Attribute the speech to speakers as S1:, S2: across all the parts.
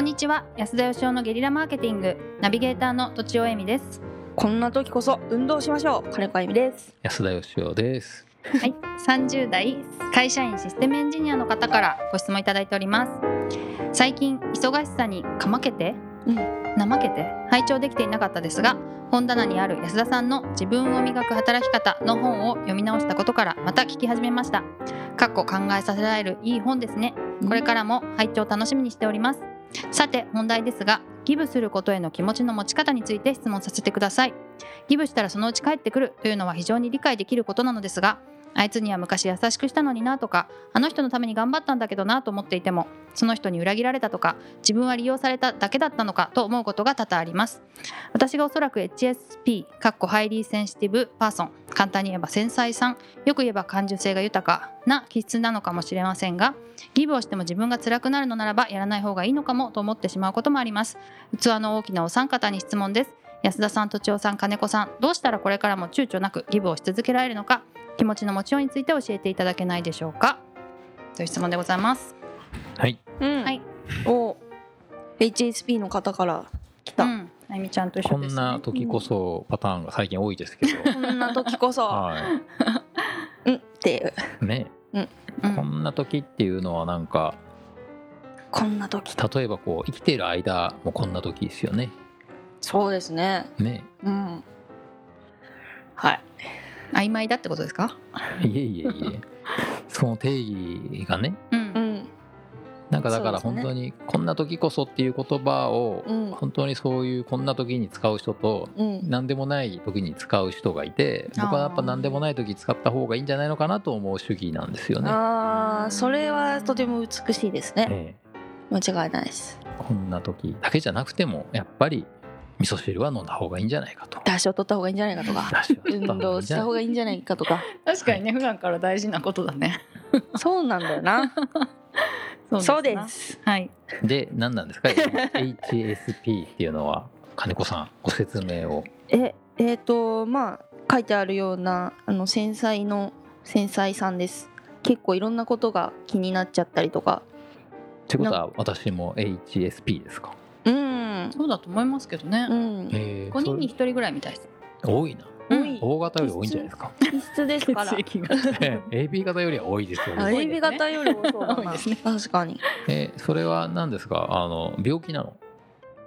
S1: んにちは安田義雄のゲリラマーケティングナビゲーターの土地尾恵美です
S2: こんな時こそ運動しましょう金子あゆみです
S3: 安田義雄です。
S1: はい、30代会社員システムエンジニアの方からご質問いただいております最近忙しさにかまけて、
S2: うん
S1: 怠けて拝聴できていなかったですが本棚にある安田さんの自分を磨く働き方の本を読み直したことからまた聞き始めましたかっこ考えさせられるいい本ですねこれからも拝聴楽しみにしておりますさて本題ですがギブすることへの気持ちの持ち方について質問させてくださいギブしたらそのうち帰ってくるというのは非常に理解できることなのですがあいつには昔優しくしたのになとかあの人のために頑張ったんだけどなと思っていてもその人に裏切られたとか自分は利用されただけだったのかと思うことが多々あります私がおそらく HSP かっこハイリーセンシティブパーソン簡単に言えば繊細さんよく言えば感受性が豊かな気質なのかもしれませんがギブをしても自分が辛くなるのならばやらない方がいいのかもと思ってしまうこともあります器の大きなお三方に質問です安田さん、とちおさん、金子さん、どうしたらこれからも躊躇なくギブをし続けられるのか、気持ちの持ちようについて教えていただけないでしょうか。という質問でございます。
S3: はい。
S2: うん、
S1: はい
S2: お HSP の方から来
S1: う
S2: た、
S1: ん、あゆみちゃんと一
S3: こ
S1: 緒です、
S3: ん
S1: ね。
S3: な時こそパターンが最近多いですけど。
S2: こんな時 こそ
S3: は
S2: うんっていう
S3: い。ね、
S1: う
S3: こ
S1: ん、
S3: んな時っていうのはなんか
S2: こんな時
S3: 例えばこう生きている間もこんな時ですよね。
S2: そうですね
S3: ね。
S2: うんはい
S1: 曖昧だってことですか。
S3: いえいえいえ。その定義がね。
S1: う、
S2: うんん
S3: なんかだから
S2: そうで
S3: 本
S2: すね
S3: 当にこんな時こそっていう言葉を
S2: うん
S3: 本当にそういうこんな時に使う人と
S2: うん
S3: 何でもない時に使う人がいて僕はやっぱ何でもない時使った方がいいんじゃないのかなと思う主義なんですよね。
S2: あーそれはとても美しいですね
S3: ええ
S2: 間違いないです
S3: こんな時だけじゃなくてもやっぱり味噌汁は飲んだ方がいいんじゃないかと。
S2: 出汁を取った方がいいんじゃないかとか
S3: だしを 取
S2: 運
S3: った方がいい
S2: 動
S3: ん
S2: し
S3: じ
S2: た
S3: ゃない
S2: 方がいいんじゃないかと か
S1: 確かにね、普段から大事なことだね。
S2: そうなんだよなそうで
S1: な。
S2: す
S1: はい、
S3: で何なんですか HSP っていうのは金子さんご説明を。
S2: ええーとまあ書いてあるようなあの繊細の繊細さんです結構いろんなことが気になっちゃったりとか
S3: ってことは私も HSP ですか。
S2: うん
S1: そうだと思いますけどね
S2: う。ん
S3: ええ
S1: 五、人に一人ぐらいみたいです。
S3: 多いな。
S2: 多い
S3: 大型より多いんじゃないですか。
S2: 気質ですから
S1: 血液が。
S3: ええ AB 型よりは多いですよ
S2: あ
S3: ね。
S1: い
S2: AB 型よりもそうだ
S1: 多い
S2: な
S1: ですね
S2: 確かに
S3: ええそれは何ですかあの病気なの、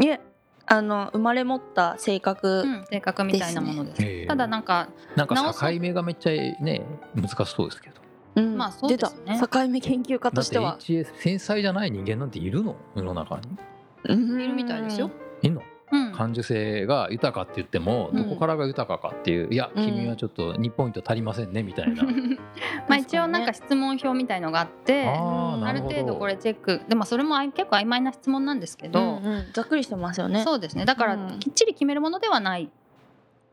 S2: いえあの生まれ持った性
S1: う
S2: 格、
S1: ん、性格みたいなものです。
S3: ええ
S1: ただなんか、
S3: なんか
S1: 直す
S3: 境目がめっちゃね難しそうですけど。
S2: うん
S1: まあそうですね
S2: 出た境目研究家
S3: だ
S2: と
S3: っ
S2: してては
S3: HS 繊細じゃない人間なんているの世の中に。
S2: い
S1: いるみたいですよ。
S3: いるの
S1: うん、
S3: 感受性が豊かって言っても
S2: うん
S3: どこからが豊かかっていう、いや
S2: うん
S3: 君はちょっと2ポイント足りませんねみ たいな、
S1: まあ一応なんか質問票みたいのがあって
S3: あー
S1: あ
S3: な
S1: る
S3: るほど
S1: 程度これチェックでもそれもあい結構曖昧な質問なんですけど、
S2: ざっくりしてますよね
S1: そうですねだから
S2: うん、
S1: きっちり決めるものではない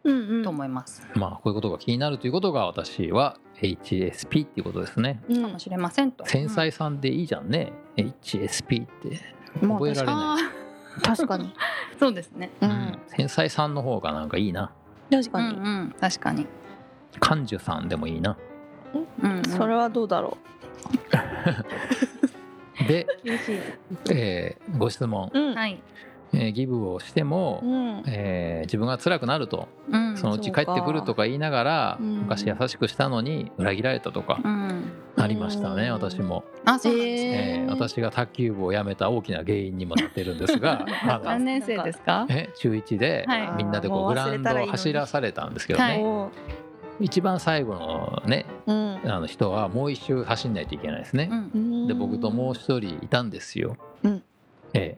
S1: う
S2: うんうん
S1: と思います、
S3: まあこういうことが気になるということが私は HSP っていうことですね
S2: うん
S1: かもしれませんと
S3: 繊細さんでいいじゃんね、HSP って
S2: まあ
S3: 覚えられ
S1: あ
S3: ない、
S2: 確かに、
S1: ー そうですね
S2: う
S3: うん
S2: ん、
S3: 繊細さんの方がなんかいいな
S2: 確
S1: う
S2: か
S1: んう
S2: に、
S1: ん確かに、
S3: 感受さんでもいいな
S1: うんうん
S2: それはどうだろ
S3: で、
S2: う厳しい、
S3: えーご質問、
S2: うん
S1: はい、
S3: えーギブをしても、
S2: うん、
S3: えー自分が辛くなると
S1: うん、
S3: そのうち帰ってくるとか言いながら、昔優しくしたのに裏切られたとか
S1: うん
S3: ありましたね、
S2: うん
S3: 私も、
S1: あそうなんです
S2: へ
S1: ね、
S2: え
S3: えー私が卓球部を辞めた大きな原因にもなってるんですがあの
S1: 何年生ですか
S3: え中1で
S1: はい
S3: みんなでこう
S2: あーもう
S3: グ
S2: 忘
S3: ラウ
S2: れ
S3: ン
S2: た
S3: ド
S2: らいいのに
S3: を走らされたんですけどね、
S1: はい
S2: おー
S3: 一番最後のね
S2: うん
S3: あの人はもう一周走んないといけないですね
S1: う、ん
S2: うん
S3: で僕ともう一人いたんですよ、
S2: うん
S3: ええ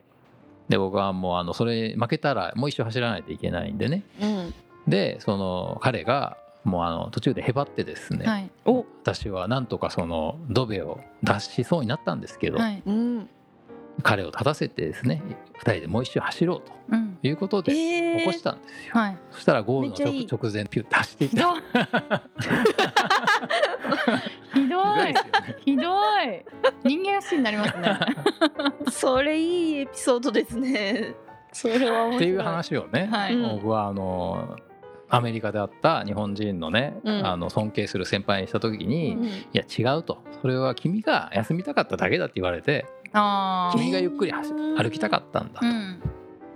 S3: で僕はもうあのそれ負けたらもう一周走らないといけないんでね
S2: うん、
S3: でその彼がもうあの途中でへばってですね、
S1: はい
S2: お、
S3: 私はなんとかそのドベを脱しそうになったんですけど、
S1: はい
S2: うん、
S3: 彼を立たせてですね2人でもう一周走ろう
S1: うん
S3: ということで
S2: え
S3: 起こしたんですよ、
S1: はい
S3: そしたらゴールの
S2: めっちゃいい
S3: 直直前ピュッて走っていった
S1: どひど い
S3: すごいですよね
S1: ひどい人間らしになり ますね
S2: それいいエピソードですね。 それは面白い。
S3: っていう話をね、
S1: はい
S2: うん
S3: 僕はあのアメリカであった日本人のね、
S2: うん
S3: あの尊敬する先輩にした時に「
S1: う
S2: うん。
S3: いや違う」と「それは君が休みたかっただけだ」って言われて
S1: あー
S3: 君がゆっくり走歩きたかったんだと
S1: うん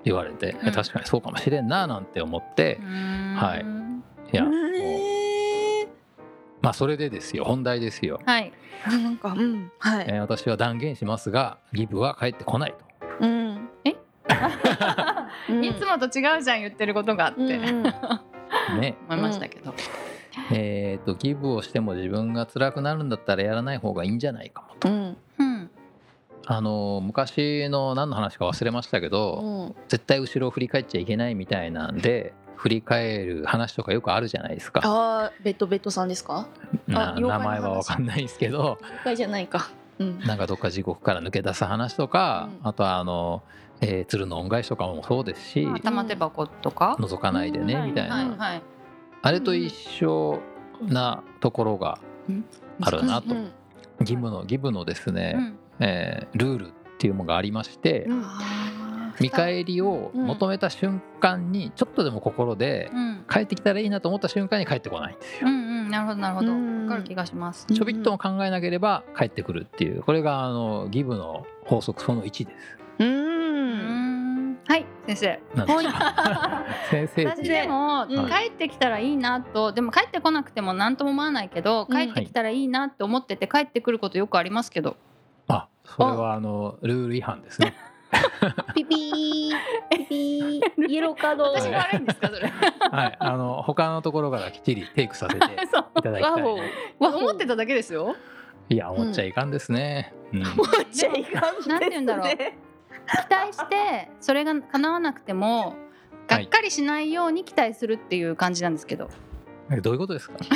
S3: 言われて、
S1: うん
S3: え確かにそうかもしれんななんて思って
S1: う、ーん
S3: はいいや、もう
S2: えー
S3: まあそれでですよ本題ですよ、
S1: はい
S2: あなんかうんは
S3: え
S2: い
S3: ー私は断言しますがギブは帰ってこないと
S2: うん うん
S1: いつもと違うじゃん言ってることがあって、
S2: うんうん
S3: ね
S1: 思いましたけど、
S3: えー、とギブをしても自分が辛くなるんだったらやらない方がいいんじゃないかもと、
S2: うん
S1: うん
S3: あのー昔の何の話か忘れましたけど、
S2: うん
S3: 絶対後ろを振り返っちゃいけないみたいなんで振り返る話とかよくあるじゃないですか
S2: あーベッドベッドさんですか
S3: な
S2: あ妖怪の
S3: 名
S2: 話
S3: 前は分かんないです けど
S2: 一回じゃないかうん
S3: なんかどっか地獄から抜け出す話とか、
S2: うん
S3: あとはあの、えー鶴の恩返しとかもそうですし、
S1: まあ玉手箱とか、
S3: 覗かないでね、
S2: うん
S3: みたいな、
S1: はいはい
S3: あれと一緒なところがあるなと
S2: うん
S3: 義務の義務のですね、
S1: うん
S3: えールールっていうものがありまして、
S2: うん
S1: あー
S3: 見返りを求めた瞬間にちょっとでも心で
S1: うん
S3: 帰ってきたらいいなと思った瞬間に帰ってこないんです
S1: う
S3: よ。
S1: んうんなるほどなるほど
S2: うん
S1: わかる気がします
S2: うん
S3: ちょびっとも考えなければ帰ってくるっていうこれがあの義務の法則その1です。
S2: う
S1: うー
S2: ん
S1: んはい先生
S3: なんですか 先生って
S1: 私
S3: いう
S1: でも、
S2: うん
S1: 帰ってきたらいいなとでも帰ってこなくても何とも思わないけど
S2: うん
S1: 帰ってきたらいいなって思ってて帰ってくることよくありますけど、
S3: あそれはあのルール違反ですね。
S2: ピピーピピーイエローカード
S3: はい
S1: 私が悪いんですかそれ
S3: はいあの他のところからきっちりテイクさせてい
S1: そう
S3: ただき
S2: ワ
S3: たい
S2: ホ
S3: な。
S1: わ思ってただけですよ
S3: いや思っちゃいかんですね。うん
S2: 持っちゃいかんですね
S1: なんて言うんだろう期待してそれが叶わなくてもがっかりしないように期待するっていう感じなんですけど、
S3: えどういうことですか。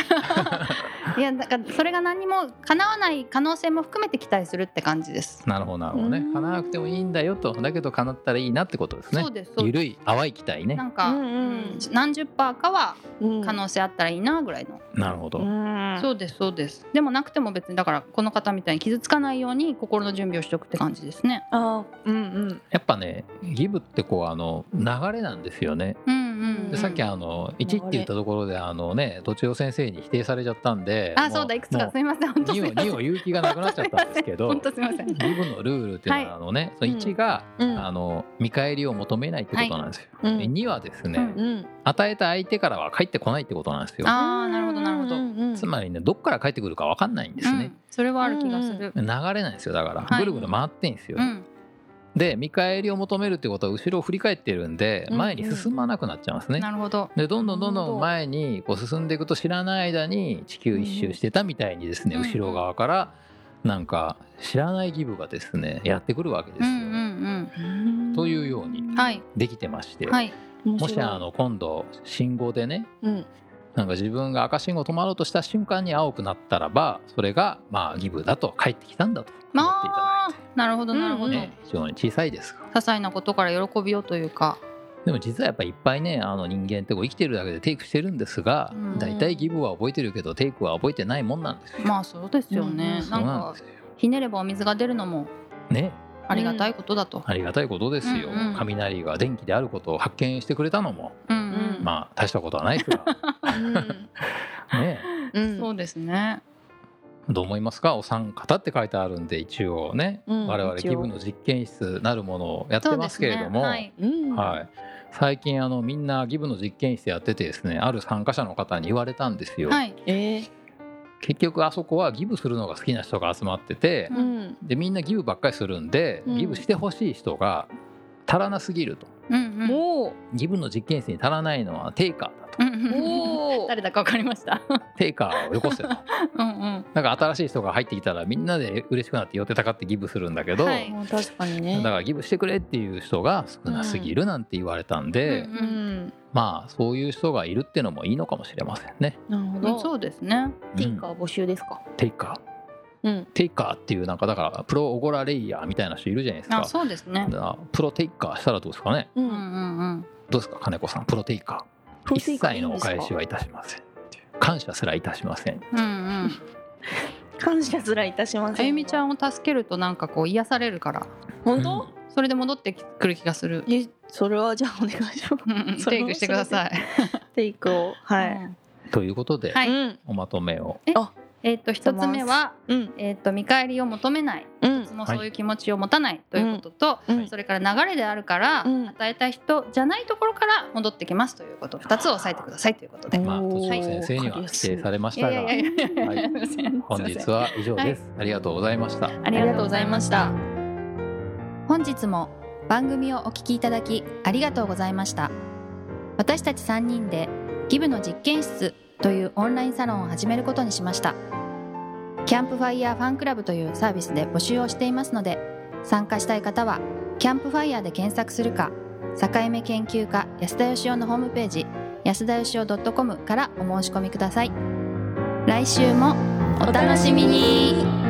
S1: い、やだからそれが何にも叶わない可能性も含めて期待するって感じです、
S3: なるほどなるほどね
S2: う。ん
S3: 叶わなくてもいいんだよとだけど叶ったらいいなってことですね
S1: そう。ですそう
S3: ゆ
S1: で
S3: るい淡い期待
S1: す
S3: ね
S1: な。んか、
S2: うんうん
S1: うん何十パーかは
S2: うん
S1: 可能性あったらいいなぐらいの、
S3: なるほど。
S2: うん
S1: そうですそうですでもなくても別にだからこの方みたいに傷つかないように心の準備をしておくって感じですね
S2: あーうんうん
S3: やっぱねギブってこうあの流れなんですよね。
S1: うんうんうん、
S3: でさっきあの1って言ったところであのね土地先生に否定されちゃったんで。
S1: あそうだいくつかすみません本当す
S3: 2
S1: み
S3: を
S1: ません
S3: 2を言う気がなくなっちゃったんですけど
S1: 本当すみません
S3: ギブのルールっていうのはあのね、その1が、
S2: うん
S3: あの見返りを求めないってことなんですよ、
S2: うん
S3: で2はですね、
S1: うん
S2: うん
S3: 与えた相手からは返ってこないってことなんですよ
S1: ああなるほどなるほど、
S2: ど
S3: つまりねどっから返ってくるか分かんないんです
S1: う
S3: ね
S1: ん、それはある気がする、
S3: 流れないんですよだから、
S1: はい
S3: ぐるぐる回ってんですよ、
S1: うん
S3: で見返りを求めるってことは後ろを振り返ってるんで
S2: うん
S3: 前に進まなくなっちゃいますね、
S1: なるほど
S3: でどんどんどん
S2: なる
S3: ど
S2: ほど
S3: ん前にこう進んでいくと知らない間に地球一周してたみたいにですね、
S1: うん
S3: 後ろ側からなんか知らない義務がですねやってくるわけで
S1: う
S3: すよ、
S1: んうん
S3: というように
S1: うんはい
S3: できてまして、
S1: はい
S3: もしあ、の今度信号でね
S2: 面
S3: なんか自分が赤信号止まろうとした瞬間に青くなったらばそれがまあ義務だと帰ってきたんだと思っていただ
S1: まあなるほどなるほ
S3: い
S1: ど、
S2: うんう
S3: て、
S2: ん
S3: ね、非常に小さいですが
S1: 些細なことから喜びをというか
S3: でも実はやっぱりいっぱいねあの人間ってこう生きてるだけでテイクしてるんですが
S1: うん
S3: 大体義務は覚えてるけどテイクは覚えてないもんなんですよ。
S1: まあそうですよね、
S2: うん
S1: な
S3: そ
S1: ん
S3: うなん
S1: か
S3: ですよ
S1: ひねればお水が出るのも
S3: ね
S1: ありがたいことだと、
S3: ありがたいことですよ、
S1: うんうん
S3: 雷が電気であることを発見してくれたのも
S1: うんうん
S2: うん
S3: まあ大したことはないで すが
S2: うん
S3: ね
S2: うん
S1: そうですね
S3: どう思いますかお三方って書いてあるんで一応ね、
S2: うん
S3: 我々
S2: 一
S3: 気
S2: 応
S3: 分の実験室なるものをやって
S1: そう
S3: ま
S1: ですす
S3: け
S1: ね
S3: れども、
S1: はい、
S2: うん
S3: はい、最近あのみんなギブの実験室やっててですねある参加者の方に言われたんですよ、
S1: はい、
S2: えー
S3: 結局あそこはギブするのが好きな人が集まってて、
S1: う
S2: うん
S3: でみんなギブばっかりするんで、
S2: うん
S3: ギブしてほしい人が足らなすぎると
S1: うんうん
S2: も
S3: ギブの実験室に足らないのはテイカーだと
S1: うん
S2: う
S1: うん
S2: おー
S1: 誰だかわかりました
S3: テイカーをよ こせと
S1: うん
S3: なんか新しい人が入ってきたらみんなで嬉しくなって寄ってたかってギブするんだけど、
S1: はい
S2: もう 確かに
S3: だ
S2: ね
S3: からギブしてくれっていう人が少なすぎるなんて言われたんで、
S1: うん
S2: うん
S3: まあそういう人がいるってのもいいのかもしれませんね。
S2: なるほ
S1: うん、
S2: ど
S1: そうですね
S2: テイカー募集ですか
S3: うんテイカー
S2: うん
S3: テイカーっていうなんかだからプロオゴラレイヤーみたいな人いるじゃないですか
S1: あそうですね
S3: だからプロテイカーしたらどうですかね
S2: う
S1: うんうんうん
S3: どうですか金子さんプロテイカー一切のお返しはいたしません感謝すらいたしません
S1: うん うん
S2: 感謝すらいたしま
S1: あ
S2: せん
S1: ゆみちゃんを助けるとなんかこう癒されるから
S2: 本当
S1: それで戻ってくる気がする
S2: えそれはじゃあお願いします
S1: うんうん
S2: そ
S1: テ
S2: れ
S1: イクしてください
S2: テイクをはい
S3: ということで、
S1: はい
S2: うん
S3: おまとめを
S1: え
S2: あ
S1: えっ、と一つ目は、
S2: うん
S1: えっ、と見返りを求めない。
S2: うん
S1: いつもそういう気持ちを持たないということと、
S2: うん
S1: それから流れであるから、
S2: うん
S1: 与えた人じゃないところから戻ってきますということ2つを押さえてくださいということで。
S3: まあ、
S2: おー
S3: とちお先生には
S2: わかりやすい
S3: 指定されま
S1: い
S3: した
S1: やい
S3: が
S1: やいやいや、
S3: はい
S1: すいません
S3: 本日は以上です、ありがとうございました
S1: あり
S2: あり
S1: が
S2: が
S1: と
S2: と
S1: う
S2: う
S1: ご
S2: ご
S1: ざ
S2: ざ
S1: い
S2: い
S1: ま
S2: ま
S1: し
S2: したた。
S1: 本日も番組をお聞きいただきありがとうございました私たち3人でギブの実験室というオンラインサロンを始めることにしましたキャンプファイヤーファンクラブというサービスで募集をしていますので参加したい方はキャンプファイヤーで検索するか境目研究家安田義雄のホームページ安田義雄 .com からお申し込みください来週もお楽しみに